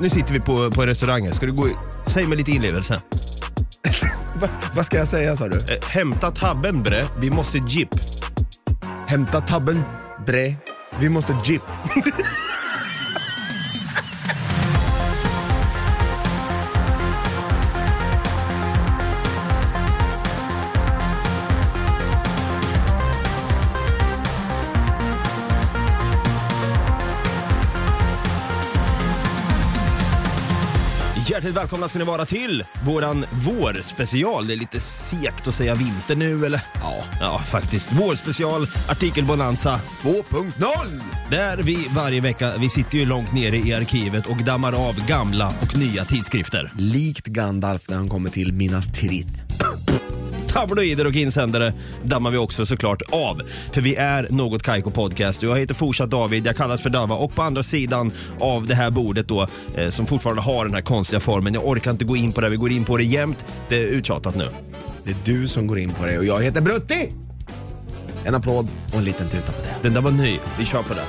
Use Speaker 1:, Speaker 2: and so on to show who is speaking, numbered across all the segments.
Speaker 1: Nu sitter vi på, på en restaurang här. Ska du gå, i- säg med lite inlevelse.
Speaker 2: Va, vad ska jag säga sa du?
Speaker 1: Eh, hämta tabben bre, vi måste jip.
Speaker 2: Hämta tabben, bre. Vi måste jeep.
Speaker 1: Hjärtligt välkomna ska ni vara till våran vårspecial. Det är lite segt att säga vinter nu eller?
Speaker 2: Ja.
Speaker 1: Ja, faktiskt. Vårspecial, artikelbonanza.
Speaker 2: 2.0!
Speaker 1: Där vi varje vecka, vi sitter ju långt nere i arkivet och dammar av gamla och nya tidskrifter.
Speaker 2: Likt Gandalf när han kommer till Minas Tirith.
Speaker 1: Tabloider och insändare dammar vi också såklart av. För vi är Något Kaiko Podcast. Jag heter fortsatt David, jag kallas för Dava och på andra sidan av det här bordet då, eh, som fortfarande har den här konstiga formen. Jag orkar inte gå in på det, vi går in på det jämt. Det är uttjatat nu.
Speaker 2: Det är du som går in på det och jag heter Brutti! En applåd och en liten tuta på det.
Speaker 1: Den där var ny, vi kör på det.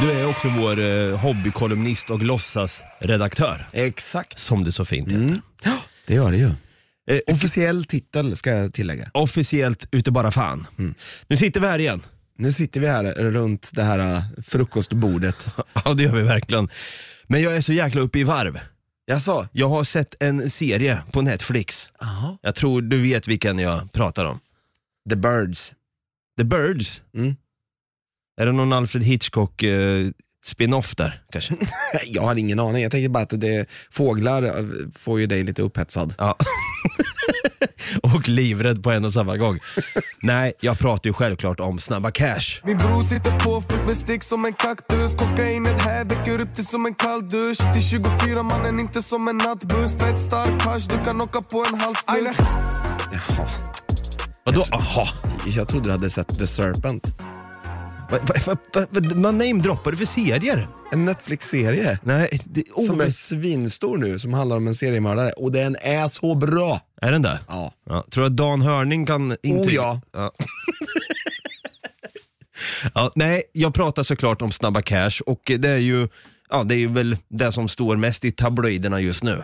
Speaker 1: Du är också vår eh, hobbykolumnist och låtsasredaktör,
Speaker 2: Exakt.
Speaker 1: som det så fint heter.
Speaker 2: Ja, det gör det ju.
Speaker 1: Eh,
Speaker 2: Officiell titel ska jag tillägga.
Speaker 1: officiellt ute bara fan. Nu sitter vi här igen.
Speaker 2: Nu sitter vi här runt det här äh, frukostbordet.
Speaker 1: Ja det gör vi verkligen. Men jag är så jäkla uppe i varv.
Speaker 2: Jag sa,
Speaker 1: Jag har sett en serie på Netflix.
Speaker 2: Aha.
Speaker 1: Jag tror du vet vilken jag pratar om.
Speaker 2: the birds.
Speaker 1: The Birds.
Speaker 2: Mm.
Speaker 1: Är det någon Alfred Hitchcock eh, spin-off där kanske?
Speaker 2: Jag har ingen aning, jag tänker bara att det, fåglar eh, får ju dig lite upphetsad.
Speaker 1: Ja. och livrädd på en och samma gång. Nej, jag pratar ju självklart om Snabba Cash.
Speaker 3: Min bror sitter påfylld med stick som en kaktus Kokainet här väcker upp dig som en kall dusch Till 24 mannen inte som en nattbuss Fett stark hasch, du kan åka på en halv fluss
Speaker 2: Jaha,
Speaker 1: Vadå aha?
Speaker 2: jag trodde du hade sett The Serpent.
Speaker 1: Va, va, va, va, vad namedroppar du för serier?
Speaker 2: En Netflix-serie
Speaker 1: Nej, det,
Speaker 2: som är
Speaker 1: är...
Speaker 2: svinstor nu, som handlar om en seriemördare och den är så bra.
Speaker 1: är den där?
Speaker 2: Ja.
Speaker 1: Ja, tror du att Dan Hörning kan intyga?
Speaker 2: Oh, ja.
Speaker 1: Ja. ja, nej, jag pratar såklart om Snabba Cash och det är ju, ja, det är ju väl det som står mest i tabloiderna just nu.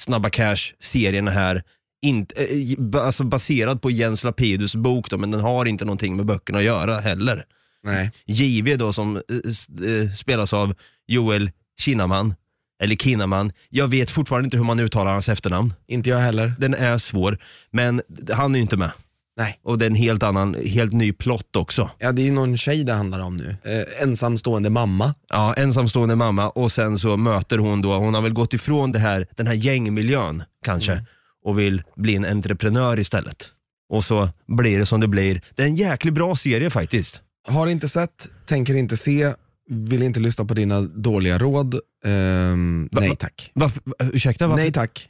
Speaker 1: Snabba Cash, serien här, inte, eh, ba- alltså baserad på Jens Lapidus bok då, men den har inte någonting med böckerna att göra heller.
Speaker 2: Nej.
Speaker 1: JW då som eh, s- eh, spelas av Joel Kinnaman, eller Kinnaman. Jag vet fortfarande inte hur man uttalar hans efternamn
Speaker 2: Inte jag heller.
Speaker 1: den är svår, men han är ju inte med.
Speaker 2: Nej.
Speaker 1: Och det är en helt annan, helt ny plott också.
Speaker 2: Ja, det är ju någon tjej det handlar om nu. Eh, ensamstående mamma.
Speaker 1: Ja, ensamstående mamma och sen så möter hon då, hon har väl gått ifrån det här, den här gängmiljön kanske och vill bli en entreprenör istället. Och så blir det som det blir. Det är en jäkligt bra serie faktiskt.
Speaker 2: Har inte sett, tänker inte se, vill inte lyssna på dina dåliga råd. Ehm,
Speaker 1: Va-
Speaker 2: nej
Speaker 1: va-
Speaker 2: tack.
Speaker 1: Varför, ursäkta? Varför,
Speaker 2: Nej tack.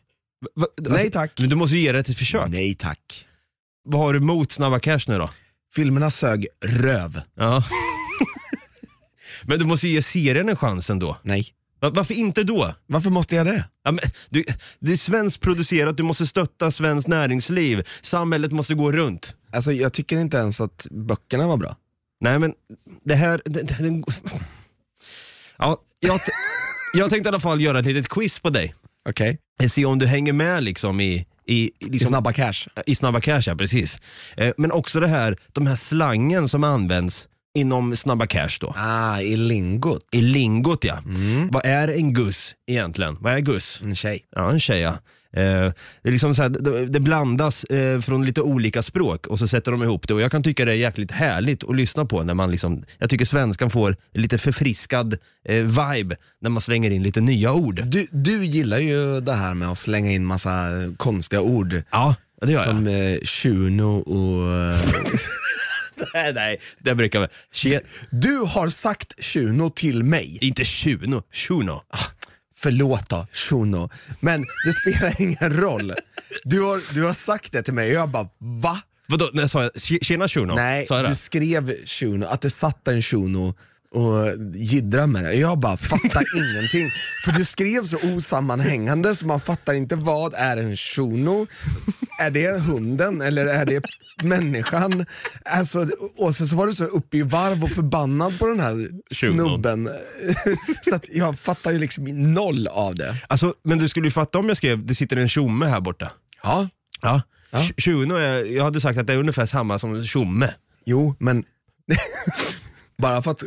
Speaker 1: va,
Speaker 2: Nej tack.
Speaker 1: Men du måste ju ge det ett försök.
Speaker 2: Nej tack.
Speaker 1: Vad har du emot Snabba Cash nu då?
Speaker 2: Filmerna sög röv.
Speaker 1: Ja. men du måste ju ge serien en chans ändå.
Speaker 2: Nej.
Speaker 1: Va- Varför inte då?
Speaker 2: Varför måste jag det?
Speaker 1: Ja, men, du, det är svenskt producerat, du måste stötta svenskt näringsliv. Samhället måste gå runt.
Speaker 2: Alltså jag tycker inte ens att böckerna var bra.
Speaker 1: Nej men, det här... Det, det, det, ja, jag, t- jag tänkte i alla fall göra ett litet quiz på dig.
Speaker 2: Okej.
Speaker 1: Se om du hänger med liksom i... I, i, liksom,
Speaker 2: Snabba cash.
Speaker 1: i Snabba Cash, ja precis. Eh, men också det här, de här slangen som används inom Snabba Cash då.
Speaker 2: Ah, i lingot.
Speaker 1: I lingot ja.
Speaker 2: Mm.
Speaker 1: Vad är en guss egentligen? Vad är guss?
Speaker 2: En tjej.
Speaker 1: Ja, en tjej ja. Eh, det, är liksom så här, det, det blandas eh, från lite olika språk och så sätter de ihop det och jag kan tycka det är jäkligt härligt att lyssna på när man liksom, jag tycker svenskan får lite förfriskad eh, vibe när man slänger in lite nya ord.
Speaker 2: Du, du gillar ju det här med att slänga in massa eh, konstiga ord.
Speaker 1: Ja, det gör
Speaker 2: Som eh, tjuno och... eh,
Speaker 1: jag. Nej, nej, det brukar vi. Tje,
Speaker 2: Du har sagt tjuno till mig.
Speaker 1: inte tjuno, tjuno.
Speaker 2: Förlåt då, Shuno, men det spelar ingen roll. Du har, du har sagt det till mig och jag bara va?
Speaker 1: Vadå, när sa jag tje- tjena tjuno?
Speaker 2: Nej,
Speaker 1: sa jag
Speaker 2: du
Speaker 1: det?
Speaker 2: skrev Shuno, att det satt en Shuno och jiddra med det. Jag bara fattar ingenting. För du skrev så osammanhängande så man fattar inte vad är en Shuno, är det hunden eller är det människan? Alltså, och så, så var du så uppe i varv och förbannad på den här
Speaker 1: Tjugon.
Speaker 2: snubben. så att jag fattar ju liksom noll av det.
Speaker 1: Alltså, men du skulle ju fatta om jag skrev, det sitter en tjomme här borta.
Speaker 2: Ja.
Speaker 1: Ja. Tj- Tjuno, är, jag hade sagt att det är ungefär samma som tjomme.
Speaker 2: Jo, men bara för att,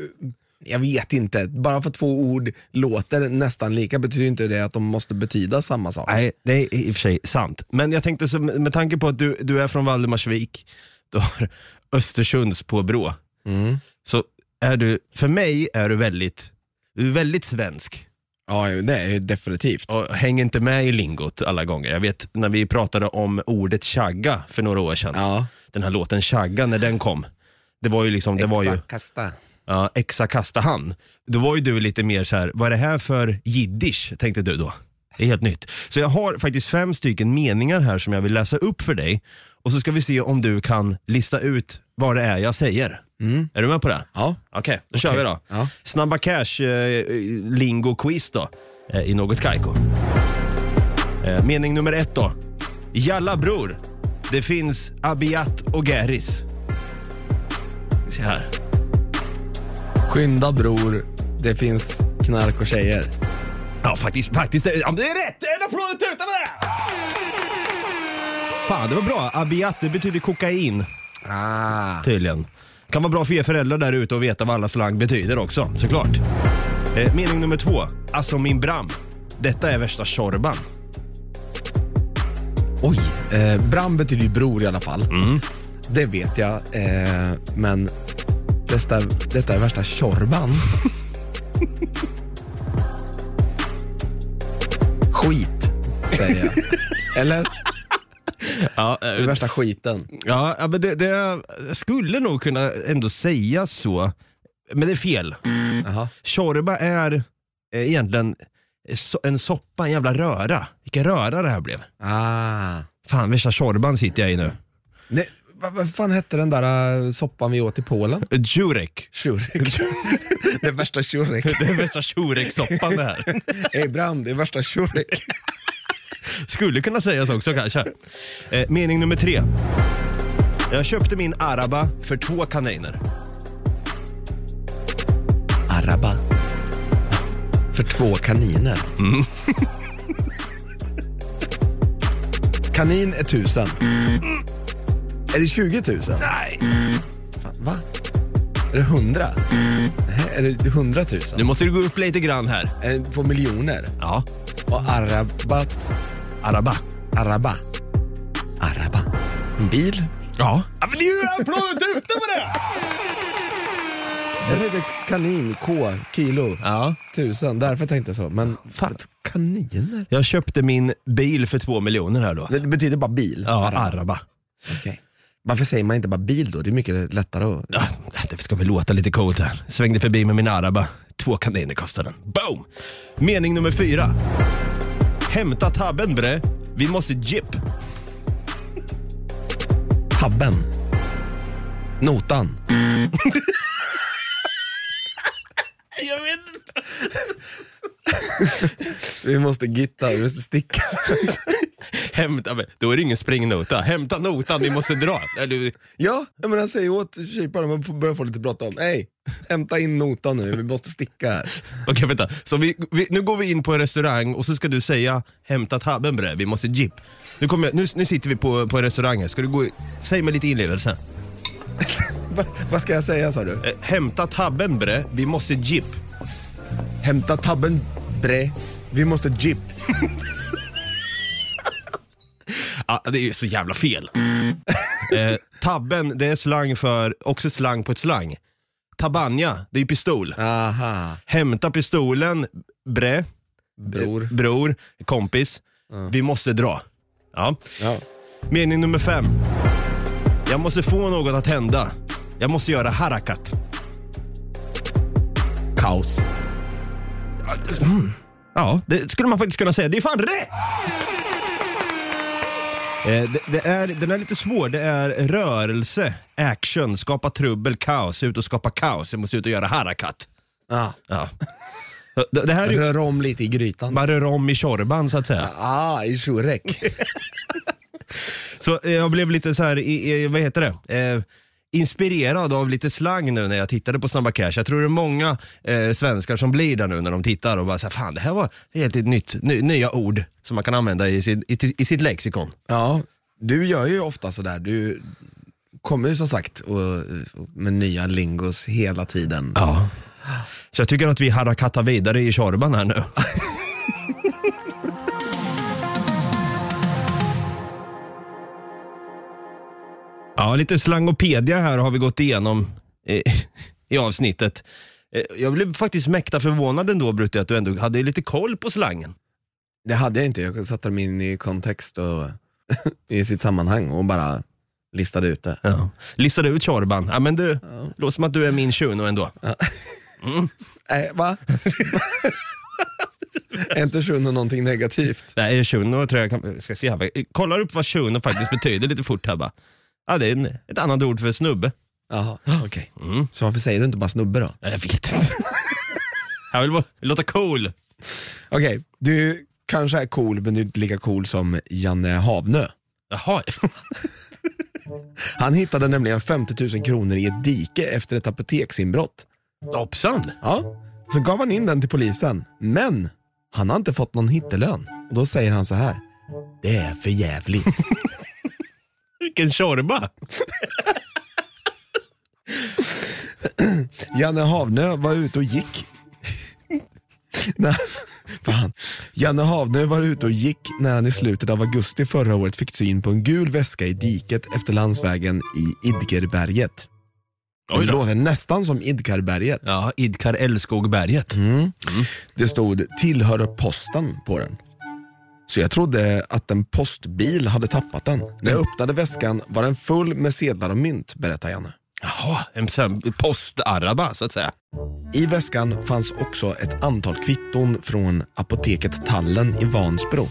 Speaker 2: jag vet inte, bara för att två ord låter nästan lika betyder inte det att de måste betyda samma sak.
Speaker 1: Nej, det är i och för sig sant. Men jag tänkte, så, med med tanke på att du, du är från Valdemarsvik, du har Östersunds påbrå,
Speaker 2: Mm.
Speaker 1: så är du, för mig är du väldigt, du är väldigt svensk
Speaker 2: Ja, det är ju definitivt.
Speaker 1: och hänger inte med i lingot alla gånger. Jag vet när vi pratade om ordet chagga för några år sedan,
Speaker 2: Ja,
Speaker 1: den här låten chagga när den kom. Det var ju liksom, det var ju,
Speaker 2: Exakt, kasta.
Speaker 1: ja, exa kasta han. Då var ju du lite mer så här, vad är det här för jiddisch? Tänkte du då. Det är helt nytt. Så jag har faktiskt fem stycken meningar här som jag vill läsa upp för dig. Och så ska vi se om du kan lista ut vad det är jag säger. Är du med på det?
Speaker 2: Mm. Ja.
Speaker 1: Okej, då kör vi då.
Speaker 2: Ja.
Speaker 1: Snabba Cash eh, lingo-quiz då, eh, i något kajko. Eh, mening nummer ett då. Jalla bror, det finns Abiat och Geris. Vi ser här.
Speaker 2: Skynda bror, det finns knark och tjejer.
Speaker 1: Ja, faktiskt. faktiskt ja, men det är rätt! En applåd och tuta med det! Fan, det var bra. Abiat, det betyder kokain
Speaker 2: Ah.
Speaker 1: tydligen. Kan vara bra för er föräldrar där ute att veta vad alla slang betyder också, såklart. Eh, mening nummer två. Alltså min bram. Detta är värsta Tjorban.
Speaker 2: Oj, eh, Bram betyder ju bror i alla fall. Det vet jag, eh, men detta, detta är värsta Tjorban. Skit, säger jag. Eller?
Speaker 1: Ja, eh,
Speaker 2: Det är värsta skiten.
Speaker 1: ja ja, men det, det skulle nog kunna ändå säga så. Men det är fel.
Speaker 2: Jaha.
Speaker 1: Tjorba är eh, egentligen so- en soppa, en jävla röra. Vilken röra det här blev.
Speaker 2: Ah.
Speaker 1: Fan, värsta Tjorban sitter jag i nu.
Speaker 2: Nej, vad, vad fan hette den där eh, soppan vi åt i Polen?
Speaker 1: Jurek.
Speaker 2: Tjurek. det är värsta tjurek.
Speaker 1: Det är värsta Tjurek-soppan det här.
Speaker 2: Ey Bram, det är värsta tjurek.
Speaker 1: Skulle kunna sägas också kanske. Eh, mening nummer tre. Jag köpte min Araba för två kaniner.
Speaker 2: Araba. För två kaniner.
Speaker 1: Mm.
Speaker 2: Kanin är tusen. Är det 20 tusen?
Speaker 1: Nej.
Speaker 2: Fan, va? Är det hundra? Nej, är det hundratusen?
Speaker 1: Nu måste du gå upp lite grann här.
Speaker 2: Är det två miljoner?
Speaker 1: Ja,
Speaker 2: Och arabat,
Speaker 1: Araba.
Speaker 2: araba. Araba. En bil?
Speaker 1: Ja. ja men det är ju en applåd och tuta på det!
Speaker 2: Jag tänkte kanin, K, kilo,
Speaker 1: Ja.
Speaker 2: tusen. Därför tänkte jag så. Men
Speaker 1: Fan.
Speaker 2: kaniner?
Speaker 1: Jag köpte min bil för två miljoner här då.
Speaker 2: Det betyder bara bil?
Speaker 1: Ja, Araba.
Speaker 2: Okej. Varför säger man inte bara bil då? Det är mycket lättare att...
Speaker 1: Ja, det ska väl låta lite coolt här. Svängde förbi med min Araba. Två kaniner kostade den. Boom! Mening nummer fyra. Hämta tabben bre. Vi måste jip.
Speaker 2: Tabben. Notan.
Speaker 1: Jag vet inte.
Speaker 2: Vi måste gitta, vi måste sticka.
Speaker 1: Hämta, men då är det ingen springnota. Hämta notan, vi måste dra. Eller,
Speaker 2: Ja, jag menar säg åt kyparen, man får- börjar få lite bråttom. Hej, hämta in notan nu, vi måste sticka här.
Speaker 1: okej, vänta. Så vi, vi, nu går vi in på en restaurang och så ska du säga hämta tabben bre, vi måste jip. Nu, kommer, jag- nu, nu sitter vi på, på en restaurang här. Ska du gå, i- säg med lite inlevelse.
Speaker 2: Va, vad ska jag säga sa du?
Speaker 1: Eh, hämta tabben bre, vi måste jip.
Speaker 2: Hämta tabben, bre. Vi måste jip.
Speaker 1: Ah, det är ju så jävla fel. Eh, tabben, det är slang för, också slang på ett slang. Tabanja, det är ju pistol.
Speaker 2: Aha,
Speaker 1: Hämta pistolen, bre,
Speaker 2: bror.
Speaker 1: bror, kompis. Vi måste dra. Ja.
Speaker 2: Ja.
Speaker 1: Mening nummer fem. Jag måste få något att hända. Jag måste göra harakat.
Speaker 2: Kaos.
Speaker 1: Ja, det skulle man faktiskt kunna säga. Det är fan rätt! Eh, Det, det är, den är lite svår. Det är rörelse, action, skapa trubbel, kaos, ut och skapa kaos. Jag måste ut och göra harakat.
Speaker 2: Ja.
Speaker 1: Ja. Så Det, det här är ju,
Speaker 2: Ah. Rör om lite i grytan.
Speaker 1: man rör om i Tjorban så att säga.
Speaker 2: Ah, i tjurek.
Speaker 1: Så eh, jag blev lite så här, i, i, vad heter det? Eh, inspirerad av lite slang nu när jag tittade på Snabba Cash. Jag tror det är många eh, svenskar som blir där nu när de tittar och bara säger fan det här var helt ett nytt, ny, nya ord som man kan använda i, sin, i, i sitt lexikon.
Speaker 2: Ja, du gör ju ofta sådär. Du kommer ju som sagt och, och med nya lingos hela tiden.
Speaker 1: Ja. Så jag tycker att vi harakattar vidare i Tjorban här nu. ja, lite slangopedia här har vi gått igenom i, i avsnittet. Eh, Jag blev faktiskt mäkta förvånad ändå Brutti att du ändå hade lite koll på slangen.
Speaker 2: Det hade jag inte. Jag satte dem in i kontext och i sitt sammanhang och bara listade ut det.
Speaker 1: Ja. Listade ut Tjorban. Ja men du, låter som att du är min tjuno ändå.
Speaker 2: Äh, va? Är inte shunon någonting negativt?
Speaker 1: Nej, Shuno tror jag kan, ska se här. Jag Kollar upp vad Shuno faktiskt betyder lite fort här bara. Ja, det är en, ett annat ord för snubbe.
Speaker 2: Jaha, okej. Så varför säger du inte bara snubbe då?
Speaker 1: Ja, Jag vet inte. Jag vill bara låta cool.
Speaker 2: Okej, du kanske är cool men du är inte lika cool som Janne Havnö.
Speaker 1: Jaha.
Speaker 2: Han hittade nämligen 50 000 kronor i ett dike efter ett apoteksinbrott.
Speaker 1: Hoppsan.
Speaker 2: Ja, så gav han in den till polisen. Men han har inte fått någon hittelön. Och då säger han så här. Det är för jävligt.
Speaker 1: Vilken tjorba.
Speaker 2: Janne Havnö var ute och gick. när, fan. Janne Havnö var ute och gick när han i slutet av augusti förra året fick syn på en gul väska i diket efter landsvägen i Idkerberget. Det
Speaker 1: Oj då.
Speaker 2: låter nästan som Idkarberget.
Speaker 1: Ja, Idkar Älskogberget.
Speaker 2: Det stod tillhör posten på den. Så jag trodde att en postbil hade tappat den. När jag öppnade väskan var den full med sedlar och mynt, berättar Janne.
Speaker 1: Jaha, en sån här postaraba så att säga.
Speaker 2: I väskan fanns också ett antal kvitton från apoteket Tallen i Vansbro.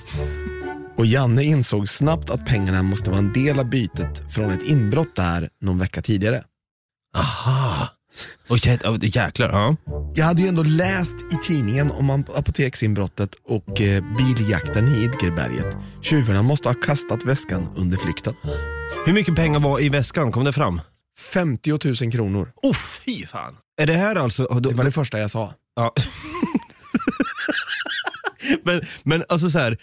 Speaker 2: Och Janne insåg snabbt att pengarna måste vara en del av bytet från ett inbrott där någon vecka tidigare.
Speaker 1: Aha. Oj, jä- oh, jäklar. Ja.
Speaker 2: Jag hade ju ändå läst i tidningen om ap- apoteksinbrottet och eh, biljakten i Idgerberget. Tjuvarna måste ha kastat väskan under flykten.
Speaker 1: Hur mycket pengar var i väskan? Kom det fram?
Speaker 2: 50 000 kronor.
Speaker 1: Åh, oh, fy fan. Är det här alltså... och då-
Speaker 2: Det var det första jag sa.
Speaker 1: Ja. men, men alltså så här,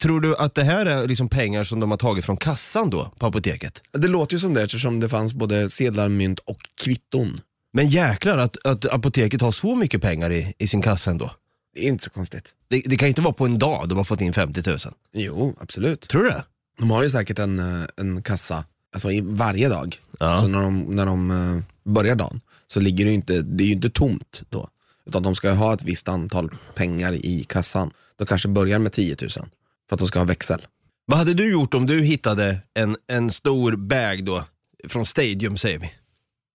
Speaker 1: tror du att det här är liksom pengar som de har tagit från kassan då på apoteket?
Speaker 2: Det låter ju som det eftersom det fanns både sedlar, mynt och kvitton.
Speaker 1: Men jäklar att, att apoteket har så mycket pengar i, i sin kassa ändå.
Speaker 2: Det är inte så konstigt.
Speaker 1: Det, det kan inte vara på en dag de har fått in 50 000.
Speaker 2: Jo, absolut.
Speaker 1: Tror du det?
Speaker 2: De har ju säkert en, eh, en kassa alltså i varje dag.
Speaker 1: Ja.
Speaker 2: Så när de, när de eh, börjar dagen så ligger det ju inte, det är ju inte tomt då. Utan de ska ju ha ett visst antal pengar i kassan. De kanske börjar med 10 000 för att de ska ha växel.
Speaker 1: Vad hade du gjort om du hittade en, en stor bag då, från Stadium säger vi,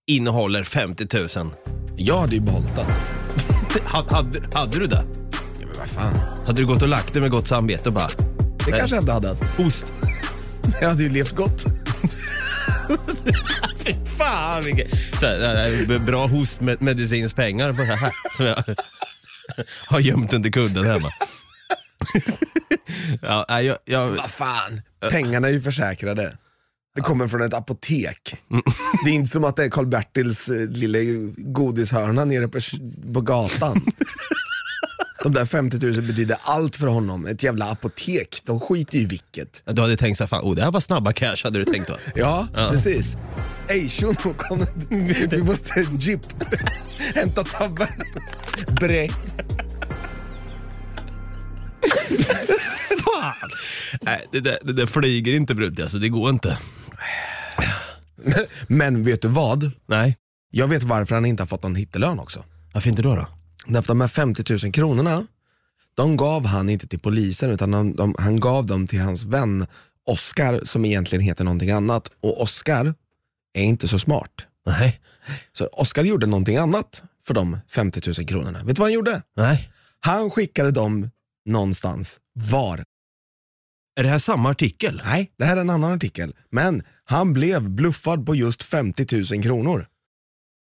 Speaker 1: innehåller 50 000?
Speaker 2: Jag hade ju behållit den.
Speaker 1: Hade, hade, hade du det?
Speaker 2: Ja, men vad fan.
Speaker 1: Hade du gått och lagt det med gott samvete och bara,
Speaker 2: Det
Speaker 1: Nej.
Speaker 2: kanske jag inte hade. haft.
Speaker 1: ost?
Speaker 2: Jag hade ju levt gott.
Speaker 1: Fy fan vilken... Så här, det här är Bra hostmedicins pengar på det här som jag har gömt under kudden hemma. Ja, nej, jag, jag,
Speaker 2: Vad fan. Pengarna är ju försäkrade. Det kommer från ett apotek. Det är inte som att det är Karl-Bertils eh, lilla godishörna nere på, på gatan. De där 50 000 betyder allt för honom. Ett jävla apotek, de skiter ju i vilket.
Speaker 1: du hade tänkt så här, fan, oh, det här var snabba cash hade du tänkt va?
Speaker 2: Ja,
Speaker 1: Ja.
Speaker 2: precis. Ey shuno, kom. Vi måste jeep. Hämta tabben. Bre.
Speaker 1: Fan! Nej, det där, det där flyger inte Brutti, alltså det går inte.
Speaker 2: Men vet du vad?
Speaker 1: Nej,
Speaker 2: Jag vet varför han inte har fått någon hittelön också.
Speaker 1: varför inte då då?
Speaker 2: Därför de här 50 000 kronorna, de gav han inte till polisen utan de, de, han gav dem till hans vän Oscar som egentligen heter någonting annat. Och Oscar är inte så smart.
Speaker 1: Nej,
Speaker 2: Så Oscar gjorde någonting annat för de 50 000 kronorna. Vet du vad han gjorde?
Speaker 1: nej.
Speaker 2: Han skickade dem någonstans. Var?
Speaker 1: Är det här samma artikel?
Speaker 2: Nej, det här är en annan artikel. Men han blev bluffad på just 50 000 kronor.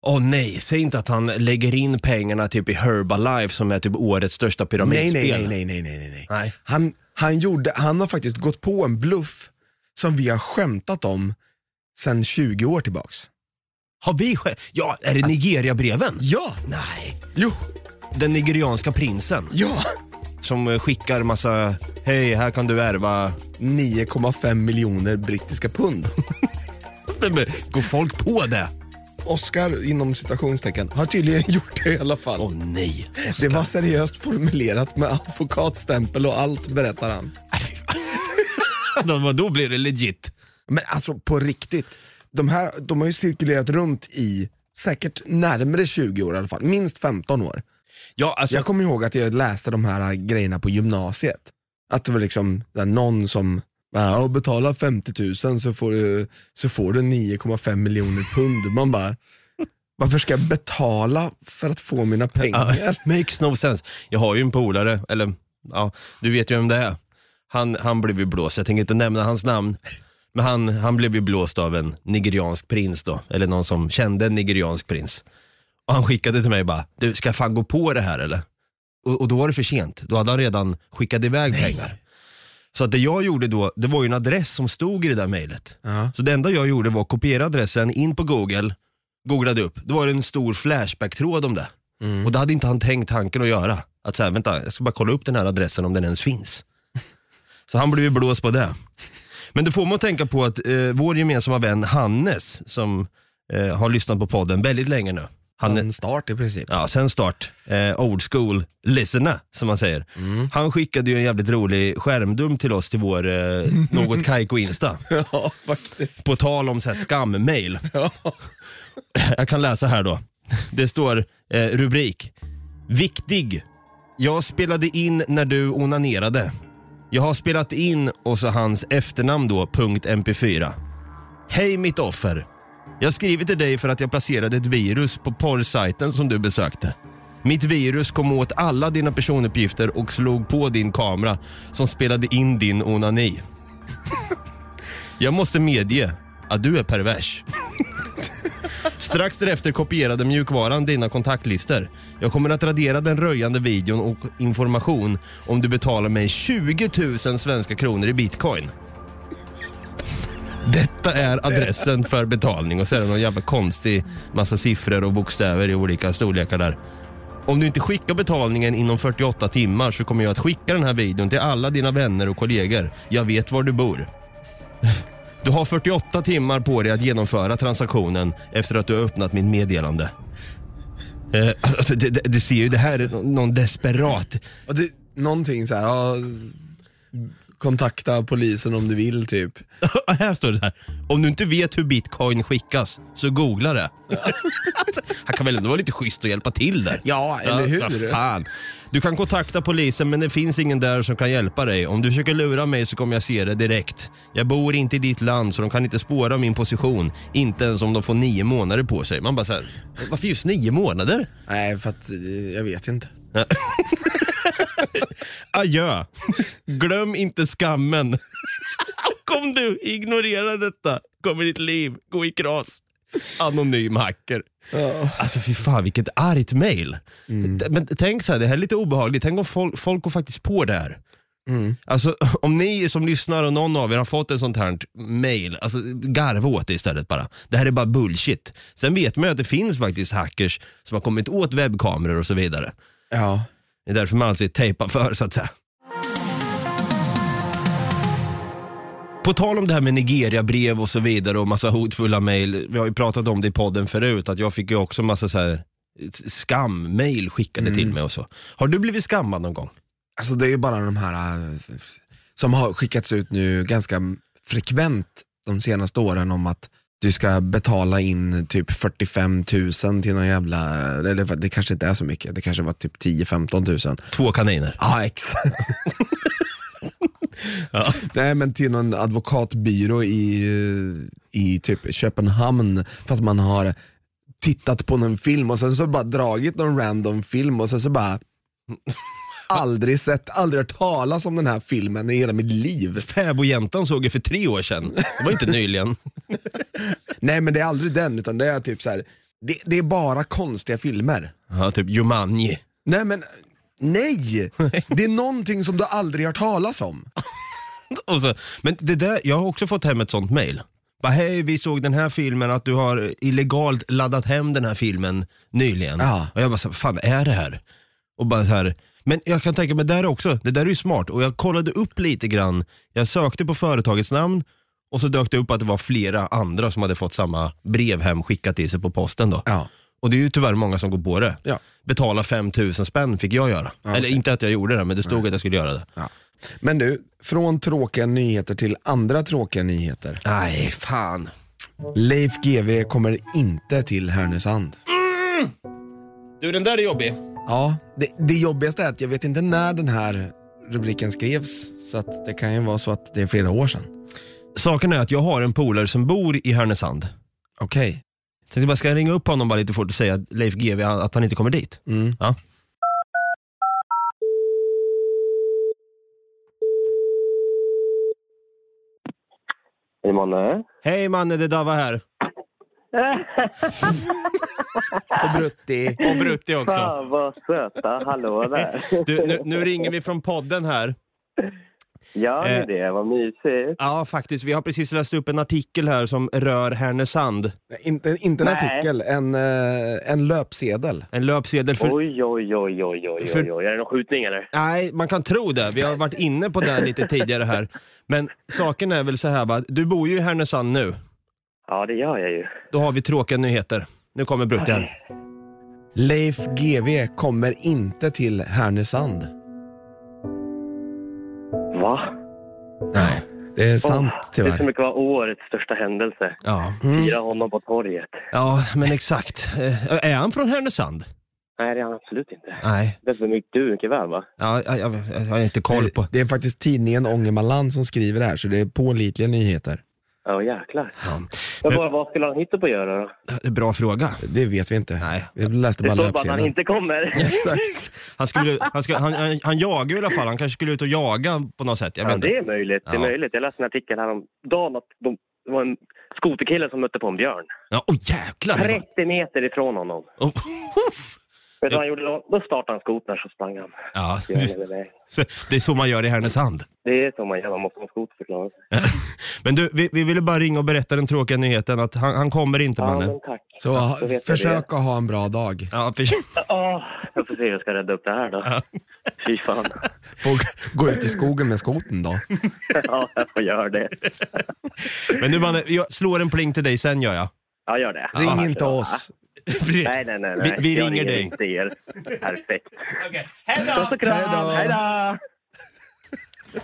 Speaker 1: Åh nej, säg inte att han lägger in pengarna typ i Herbalife som är typ årets största
Speaker 2: Nej,
Speaker 1: pyramidspel.
Speaker 2: nej, nej, nej, nej, nej, nej.
Speaker 1: nej.
Speaker 2: Han, han, gjorde, han har faktiskt gått på en bluff som vi har skämtat om sedan 20 år tillbaks.
Speaker 1: Har vi själv? Ja, är
Speaker 2: Alltså-
Speaker 1: det Nigeria-breven?
Speaker 2: Ja!
Speaker 1: Nej.
Speaker 2: Jo!
Speaker 1: Den nigerianska prinsen
Speaker 2: Ja!
Speaker 1: som eh, skickar massa, hej här kan du ärva.
Speaker 2: 9,5 miljoner brittiska pund.
Speaker 1: Går folk på det?
Speaker 2: Oscar, inom citationstecken, har tydligen gjort det i alla fall.
Speaker 1: Åh nej.
Speaker 2: det var seriöst formulerat med advokatstämpel och allt, berättar han.
Speaker 1: Då, då blir det legit.
Speaker 2: Men alltså på riktigt, de här de har ju cirkulerat runt i säkert närmare 20 år i alla fall, minst 15 år.
Speaker 1: Ja, alltså,
Speaker 2: Jag kommer ihåg att jag läste de här äh, grejerna på gymnasiet. Att det var liksom där någon som "Äh, Ja, och betala 50 000 så får du, så får du 9,5 miljoner pund. Man bara, varför ska jag betala för att få mina pengar?
Speaker 1: Makes no sense. Jag har ju en polare, eller ja, du vet ju vem det är. Han, han blev ju blåst, jag tänker inte nämna hans namn. Men han, han blev ju blåst av en nigeriansk prins då, eller någon som kände en nigeriansk prins. Och han skickade till mig bara, du ska jag fan gå på det här eller? Och, och då var det för sent, då hade han redan skickat iväg pengar. Så att det jag gjorde då, det var ju en adress som stod i det där mejlet.
Speaker 2: Ja.
Speaker 1: Så det enda jag gjorde var att kopiera adressen in på google, googlade upp, då var det en stor flashback-tråd om det. Och det hade inte han tänkt tanken att göra. Att så här, vänta, jag ska bara kolla upp den här adressen om den ens finns. Så han blev ju blåst på det. Men det får mig att tänka på att eh, vår gemensamma vän Hannes, som eh, har lyssnat på podden väldigt länge nu. Han,
Speaker 2: En start i princip.
Speaker 1: Ja, sen start. Eh, old school listener, som man säger. Han skickade ju en jävligt rolig skärmdump till oss till vår eh, Något Kaiko Insta.
Speaker 2: Ja, faktiskt.
Speaker 1: På tal om så här skam-mail.
Speaker 2: Ja.
Speaker 1: Jag kan läsa här då. Det står eh, rubrik. Viktig. Jag spelade in när du onanerade. Jag har spelat in och så hans efternamn då, punkt mp4. Hej mitt offer. Jag skriver till dig för att jag placerade ett virus på porrsajten som du besökte. Mitt virus kom åt alla dina personuppgifter och slog på din kamera som spelade in din onani. Jag måste medge att du är pervers. Strax därefter kopierade mjukvaran dina kontaktlistor. Jag kommer att radera den röjande videon och information om du betalar mig 20 000 svenska kronor i bitcoin. Detta är adressen för betalning och så är det någon jävla konstig massa siffror och bokstäver i olika storlekar där. Om du inte skickar betalningen inom 48 timmar så kommer jag att skicka den här videon till alla dina vänner och kollegor. Jag vet var du bor. Du har 48 timmar på dig att genomföra transaktionen efter att du har öppnat mitt meddelande. Eh, alltså, det- det- Du ser ju, det här är nå- någon desperat.
Speaker 2: Och det, någonting så här, ja, kontakta polisen om du vill typ.
Speaker 1: här står det så här. Om du inte vet hur bitcoin skickas, så googla det. Han kan väl ändå vara lite schysst och hjälpa till där?
Speaker 2: Ja, eller hur?
Speaker 1: vad fan. Du kan kontakta polisen men det finns ingen där som kan hjälpa dig. Om du försöker lura mig så kommer jag se det direkt. Jag bor inte i ditt land så de kan inte spåra min position. Inte ens om de får nio månader på sig. Man bara såhär, varför just nio månader?
Speaker 2: Nej, för att eh, jag vet inte.
Speaker 1: Adjö. Glöm inte skammen. Och om du ignorerar detta kommer ditt liv gå i kras. Anonym hacker. Alltså fy fan vilket argt mail. D- Men tänk så här, det här är lite obehagligt. Tänk om folk, folk går faktiskt på det här. Alltså om ni som lyssnar och någon av er har fått ett sånt här mail, alltså garva åt det istället bara. Det här är bara bullshit. Sen vet man ju att det finns faktiskt hackers som har kommit åt webbkameror och så vidare.
Speaker 2: Ja.
Speaker 1: Det är därför man alltid tejpar för så att säga. På tal om det här med Nigeria-brev och så vidare och massa hotfulla mejl. Vi har ju pratat om det i podden förut, att jag fick ju också massa så här skam-mejl skickade till mig och så. Har du blivit skammad någon gång?
Speaker 2: Alltså det är ju bara de här eh, f- som har skickats ut nu ganska m- frekvent de senaste åren om att du ska betala in typ 45 000 till någon jävla, eller det kanske inte är så mycket, det kanske var typ 10-15 000.
Speaker 1: Två kaniner.
Speaker 2: Ja, exakt.
Speaker 1: Ja.
Speaker 2: Nej men till någon advokatbyrå i, i typ Köpenhamn för att man har tittat på någon film och sen så bara dragit någon random film och sen så bara aldrig sett, aldrig hört talas om den här filmen i hela mitt liv.
Speaker 1: Fäbodjäntan såg jag för tre år sedan. Det var inte nyligen.
Speaker 2: Nej men det är aldrig den utan det är typ så här. Det, det är bara konstiga filmer.
Speaker 1: Ja, typ Jumanji.
Speaker 2: Nej men, nej! Det är någonting som du aldrig hört talas om.
Speaker 1: Och så, men det där, jag har också fått hem ett sånt mail. Bara, hej vi såg den här filmen, att du har illegalt laddat hem den här filmen nyligen.
Speaker 2: Ja.
Speaker 1: Och jag bara, så här, fan är det här? Och bara så här, men jag kan tänka mig där också, det där är ju smart. Och jag kollade upp lite grann, jag sökte på företagets namn och så dök det upp att det var flera andra som hade fått samma brev hem skickat till sig på posten då.
Speaker 2: Ja.
Speaker 1: Och det är ju tyvärr många som går på det.
Speaker 2: Ja.
Speaker 1: Betala 5000 spänn fick jag göra. Eller inte att jag gjorde det, men det stod att jag skulle göra det.
Speaker 2: Ja. Men du, från tråkiga nyheter till andra tråkiga nyheter.
Speaker 1: Nej, fan.
Speaker 2: Leif GW kommer inte till Härnösand.
Speaker 1: Du, den där är jobbig.
Speaker 2: Ja, det, det jobbigaste är att jag vet inte när den här rubriken skrevs. Så att det kan ju vara så att det är flera år sedan.
Speaker 1: Saken är att jag har en polare som bor i Härnösand.
Speaker 2: Okej.
Speaker 1: Så jag bara, ska jag ringa upp honom bara lite fort och säga att Leif GW att han inte kommer dit?
Speaker 2: Mm.
Speaker 1: Ja.
Speaker 4: Hej Manne.
Speaker 1: Hej Manne, det är Dava här.
Speaker 2: Och Brutti.
Speaker 1: Och Brutti också.
Speaker 4: Fan vad söta, hallå där.
Speaker 1: Du, nu, nu ringer vi från podden här.
Speaker 4: Gör ni
Speaker 1: Eh.
Speaker 4: det? Vad mysigt.
Speaker 1: Ja, faktiskt. Vi har precis läst upp en artikel här som rör Härnösand.
Speaker 2: Inte, inte en
Speaker 4: Nej.
Speaker 2: artikel, en, eh, en löpsedel.
Speaker 1: En löpsedel för...
Speaker 4: Oj, oj, oj, oj, oj,
Speaker 1: För-
Speaker 4: oj, oj. Är det någon skjutning eller?
Speaker 1: Nej, man kan tro det. Vi har varit inne på det lite tidigare här. Men saken är väl så här va, du bor ju i Härnösand nu.
Speaker 4: Ja, det gör jag ju.
Speaker 1: Då har vi tråkiga nyheter. Nu kommer Brutti här.
Speaker 2: Leif GW kommer inte till Härnösand.
Speaker 4: Va?
Speaker 2: Nej, det är sant
Speaker 4: Åh, Det som
Speaker 2: tyvärr.
Speaker 4: brukar vara årets största händelse.
Speaker 1: Ja.
Speaker 4: Fira honom på torget.
Speaker 1: Ja, men exakt. Eh, Är han från Härnösand?
Speaker 4: Nej, det är han absolut inte.
Speaker 1: Nej,
Speaker 4: Det vet du mycket väl va?
Speaker 1: ja, jag, jag, jag har inte koll på...
Speaker 2: Det, det är faktiskt tidningen Ångermanland som skriver det här, så det är pålitliga nyheter.
Speaker 4: Ja, jäklar.
Speaker 1: Ja.
Speaker 4: Men vad, vad skulle han hitta på att göra då?
Speaker 1: Eh, Bra fråga.
Speaker 2: Det vet vi inte.
Speaker 1: Nej.
Speaker 2: Vi läste
Speaker 4: Det
Speaker 2: bara
Speaker 4: står bara att han
Speaker 2: löpsedeln.
Speaker 4: inte kommer.
Speaker 2: Exakt.
Speaker 1: Han, skulle, han, ska, han, han, han jagar i alla fall. Han kanske skulle ut och jaga på något sätt. Jag vet
Speaker 4: Ja,
Speaker 1: inte.
Speaker 4: det är möjligt. Det är
Speaker 1: Ja.
Speaker 4: möjligt. Jag läste en artikel häromdagen att de, det var en skoterkille som mötte på en björn.
Speaker 1: Ja, oh, jäklar! det var-
Speaker 4: 30 meter ifrån honom.
Speaker 1: Oh,
Speaker 4: Vet du vad han gjorde då? Då startade han skotern så sprang han.
Speaker 1: ja,
Speaker 4: Björnen
Speaker 1: det,
Speaker 4: är väg.
Speaker 1: det är så man gör i Härnösand.
Speaker 4: Det är så man gör, man måste ha en skoter för att klara sig.
Speaker 1: Men du, vi, vi ville bara ringa och berätta den tråkiga nyheten att han, han kommer inte,
Speaker 4: Ja,
Speaker 1: Manne.
Speaker 4: men tack.
Speaker 2: Så
Speaker 4: Ja,
Speaker 2: ha-
Speaker 4: då vet jag
Speaker 2: försök att ha en bra dag.
Speaker 1: Ja, för,
Speaker 4: det. Åh, jag får se hur jag ska rädda upp det här då. Fy fan.
Speaker 2: Får gå ut i skogen med skoten då.
Speaker 4: Ja, jag får göra det.
Speaker 1: men du, Manne, jag slår en pling till dig sen, gör jag.
Speaker 4: Ja, gör det.
Speaker 2: Ring
Speaker 4: Ja,
Speaker 2: inte
Speaker 4: ja.
Speaker 2: oss.
Speaker 4: Nej, nej, nej.
Speaker 1: Vi,
Speaker 4: nej.
Speaker 1: vi
Speaker 4: Jag
Speaker 1: ringer dig.
Speaker 4: inte er. Perfekt.
Speaker 1: Okej. Hej då!
Speaker 4: Puss och kram.
Speaker 2: Hej då.
Speaker 4: Hej då!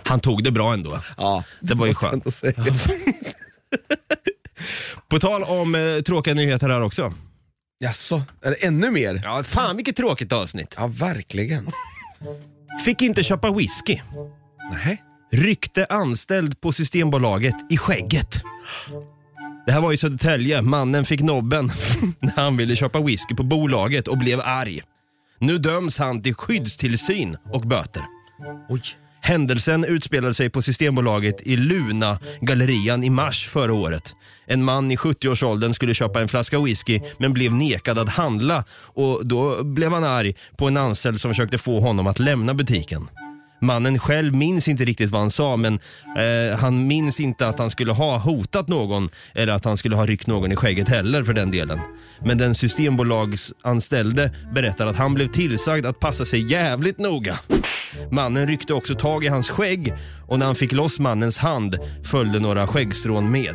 Speaker 1: Han tog det bra ändå.
Speaker 2: Ja,
Speaker 1: Det var ju
Speaker 2: måste jag
Speaker 1: skönt.
Speaker 2: ändå säga.
Speaker 1: På tal om eh, tråkiga nyheter här också.
Speaker 2: Jaså, är det ännu mer?
Speaker 1: Ja, fan vilket tråkigt avsnitt.
Speaker 2: Ja, verkligen.
Speaker 1: Fick inte köpa whisky.
Speaker 2: Nej.
Speaker 1: Ryckte anställd på Systembolaget i skägget. Det här var i Södertälje. Mannen fick nobben när han ville köpa whisky på bolaget och blev arg. Nu döms han till skyddstillsyn och böter.
Speaker 2: Oj.
Speaker 1: Händelsen utspelade sig på Systembolaget i Luna gallerian i mars förra året. En man i 70-årsåldern skulle köpa en flaska whisky men blev nekad att handla och då blev han arg på en anställd som försökte få honom att lämna butiken. Mannen själv minns inte riktigt vad han sa men eh, han minns inte att han skulle ha hotat någon eller att han skulle ha ryckt någon i skägget heller för den delen. Men den systembolagsanställde berättar att han blev tillsagd att passa sig jävligt noga. Mannen ryckte också tag i hans skägg och när han fick loss mannens hand följde några skäggstrån med.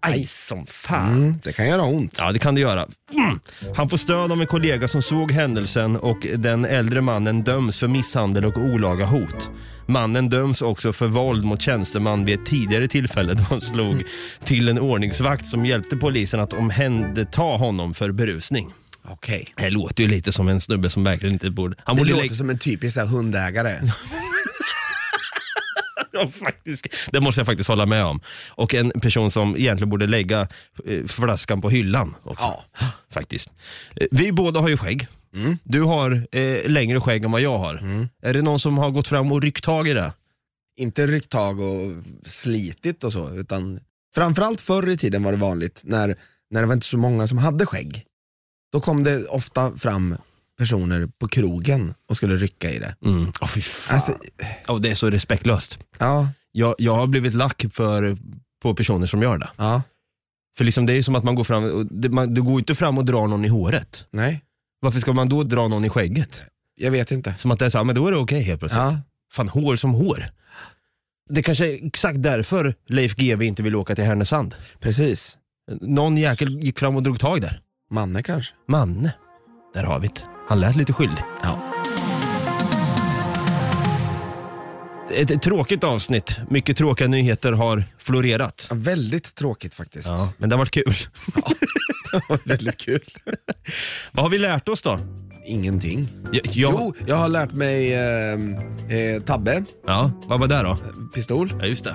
Speaker 1: Aj som fan.
Speaker 2: Mm, det kan göra ont.
Speaker 1: Ja, det kan det göra. Mm. Han får stöd av en kollega som såg händelsen och den äldre mannen döms för misshandel och olaga hot. Mannen döms också för våld mot tjänsteman vid ett tidigare tillfälle då han slog till en ordningsvakt som hjälpte polisen att omhänderta honom för berusning.
Speaker 2: Okej.
Speaker 1: Det låter ju lite som en snubbe som verkligen inte borde... Han
Speaker 2: Det
Speaker 1: borde
Speaker 2: låter
Speaker 1: lägga-
Speaker 2: som en typisk så här, hundägare.
Speaker 1: Ja, faktiskt. Det måste jag faktiskt hålla med om. Och en person som egentligen borde lägga eh, flaskan på hyllan också.
Speaker 2: Ja. Mm.
Speaker 1: Faktiskt. Eh, Vi båda har ju skägg. Du har eh, längre skägg än vad jag har. Är det någon som har gått fram och ryckt tag i det?
Speaker 2: Inte ryckt tag och slitit och så, utan framförallt förr i tiden var det vanligt när, när det var inte så många som hade skägg. Då kom det ofta fram personer på krogen och skulle rycka i det.
Speaker 1: Mm. Åh, fy fan.
Speaker 2: Alltså,
Speaker 1: Åh, det är så respektlöst.
Speaker 2: ja,
Speaker 1: jag, jag har blivit lack för, på personer som gör det.
Speaker 2: Ja,
Speaker 1: För liksom det är ju som att man går fram, och det, man, du går ju inte fram och drar någon i håret.
Speaker 2: nej,
Speaker 1: Varför ska man då dra någon i skägget?
Speaker 2: jag vet inte.
Speaker 1: Som att det är såhär, men då är det okej helt plötsligt.
Speaker 2: Ja.
Speaker 1: Fan, hår som hår. Det kanske är exakt därför Leif GW inte vill åka till Härnösand.
Speaker 2: Precis.
Speaker 1: Någon jäkel gick fram och drog tag där.
Speaker 2: Manne kanske.
Speaker 1: Manne, där har vi det. Han lät lite skyldig.
Speaker 2: Ja.
Speaker 1: Ett, ett tråkigt avsnitt. Mycket tråkiga nyheter har florerat.
Speaker 2: Väldigt tråkigt faktiskt.
Speaker 1: Ja, men det har varit kul.
Speaker 2: Väldigt kul.
Speaker 1: Vad har vi lärt oss då?
Speaker 2: Ingenting.
Speaker 1: Jag, jag,
Speaker 2: Jo, jag har lärt mig ehm, eh, Tabbe,
Speaker 1: Ja, vad var det då?
Speaker 2: pistol.
Speaker 1: Ja, just det.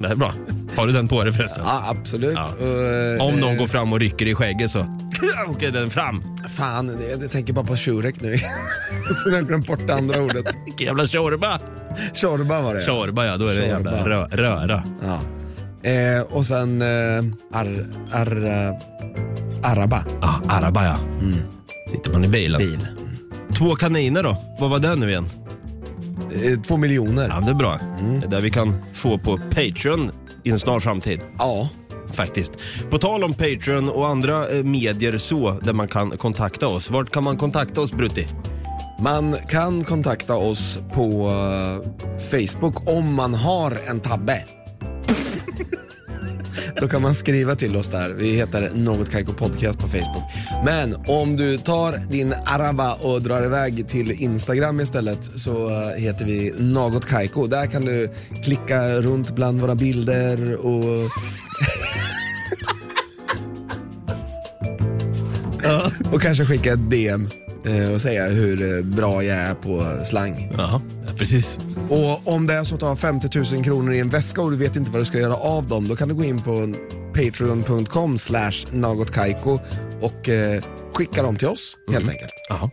Speaker 1: Det är bra. Har du den på dig förresten?
Speaker 2: Ja, absolut.
Speaker 1: Ja.
Speaker 2: Och,
Speaker 1: Om
Speaker 2: eh,
Speaker 1: någon går fram och rycker i skägget så åker den fram.
Speaker 2: Fan, jag, jag tänker bara på Shurek nu. Så jag har glömt bort det andra ordet.
Speaker 1: Vilken jävla tjorba!
Speaker 2: Tjorba var det.
Speaker 1: Tjorba ja, då är det en jävla
Speaker 2: Tjorba.
Speaker 1: rö- röra.
Speaker 2: Ja. Eh, och sen eh, ar, ar, Araba.
Speaker 1: Ah, araba ja. Sitter man i bilen.
Speaker 2: Bil.
Speaker 1: Två kaniner då? Vad var det nu igen?
Speaker 2: Eh, två miljoner.
Speaker 1: Ja, det är bra. Det är där vi kan få på Patreon i en snar framtid.
Speaker 2: Ja.
Speaker 1: Faktiskt. På tal om Patreon och andra eh, medier så, där man kan kontakta oss. Vart kan man kontakta oss Brutti?
Speaker 2: Man kan kontakta oss på eh, Facebook om man har en tabbe. Då kan man skriva till oss där. Vi heter Något Kaiko Podcast på Facebook. Men om du tar din araba och drar iväg till Instagram istället så eh, heter vi Något Kaiko. Där kan du klicka runt bland våra bilder och Och kanske skicka ett DM eh, och säga hur eh, bra jag är på slang.
Speaker 1: Ja, precis.
Speaker 2: Och om det är så att du har 50 000 kronor i en väska och du vet inte vad du ska göra av dem, då kan du gå in på patreon.com slash nagotkaiko och eh, skicka dem till oss helt enkelt.
Speaker 1: Ja,